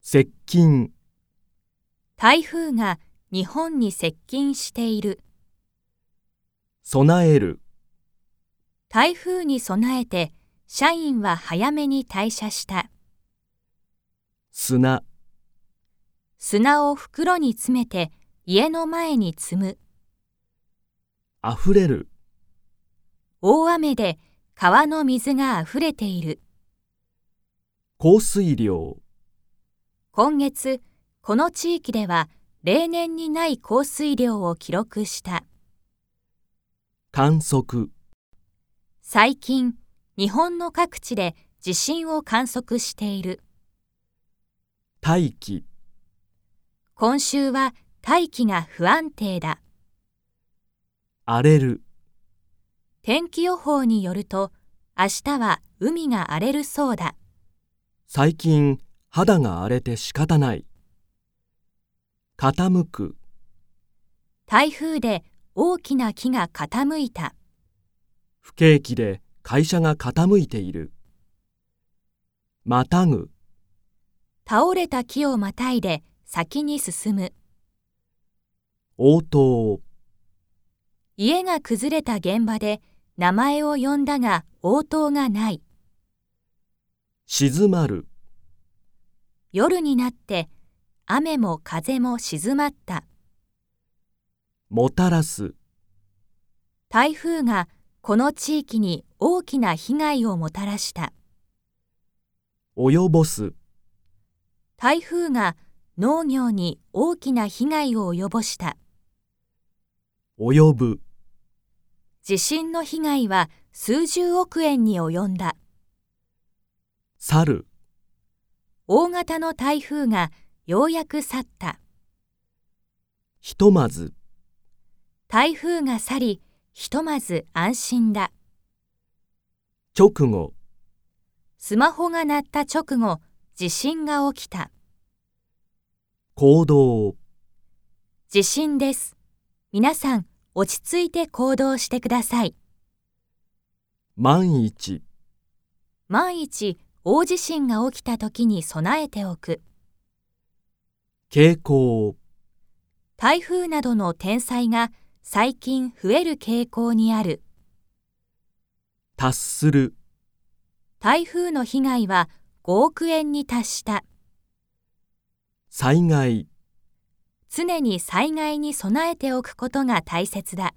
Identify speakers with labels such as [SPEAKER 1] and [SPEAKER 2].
[SPEAKER 1] 接近、
[SPEAKER 2] 台風が日本に接近している。
[SPEAKER 1] 備える、
[SPEAKER 2] 台風に備えて社員は早めに退社した。
[SPEAKER 1] 砂、
[SPEAKER 2] 砂を袋に詰めて家の前に積む。
[SPEAKER 1] 溢れる、
[SPEAKER 2] 大雨で川の水が溢れている。
[SPEAKER 1] 降水量、
[SPEAKER 2] 今月、この地域では例年にない降水量を記録した。
[SPEAKER 1] 観測、
[SPEAKER 2] 最近、日本の各地で地震を観測している。
[SPEAKER 1] 大気、
[SPEAKER 2] 今週は大気が不安定だ。
[SPEAKER 1] 荒れる、
[SPEAKER 2] 天気予報によると、明日は海が荒れるそうだ。
[SPEAKER 1] 最近肌が荒れて仕方ない。傾く、
[SPEAKER 2] 台風で大きな木が傾いた。
[SPEAKER 1] 不景気で会社が傾いている。またぐ、
[SPEAKER 2] 倒れた木をまたいで先に進む。
[SPEAKER 1] 応答、
[SPEAKER 2] 家が崩れた現場で名前を呼んだが応答がない。
[SPEAKER 1] 静まる、
[SPEAKER 2] 夜になって雨も風も静まった。
[SPEAKER 1] もたらす、
[SPEAKER 2] 台風がこの地域に大きな被害をもたらした。
[SPEAKER 1] 及ぼす、
[SPEAKER 2] 台風が農業に大きな被害を及ぼした。
[SPEAKER 1] 及ぶ、
[SPEAKER 2] 地震の被害は数十億円に及んだ。
[SPEAKER 1] 去る、
[SPEAKER 2] 大型の台風がようやく去った。
[SPEAKER 1] ひとまず、
[SPEAKER 2] 台風が去り、ひとまず安心だ。
[SPEAKER 1] 直後、
[SPEAKER 2] スマホが鳴った直後、地震が起きた。
[SPEAKER 1] 行動、
[SPEAKER 2] 地震です。皆さん、落ち着いて行動してください。
[SPEAKER 1] 万一、
[SPEAKER 2] 万一、大地震が起きた時に備えておく。
[SPEAKER 1] 傾向、
[SPEAKER 2] 台風などの天災が最近増える傾向にある。
[SPEAKER 1] 達する、
[SPEAKER 2] 台風の被害は5億円に達した。
[SPEAKER 1] 災害。
[SPEAKER 2] 常に災害に備えておくことが大切だ。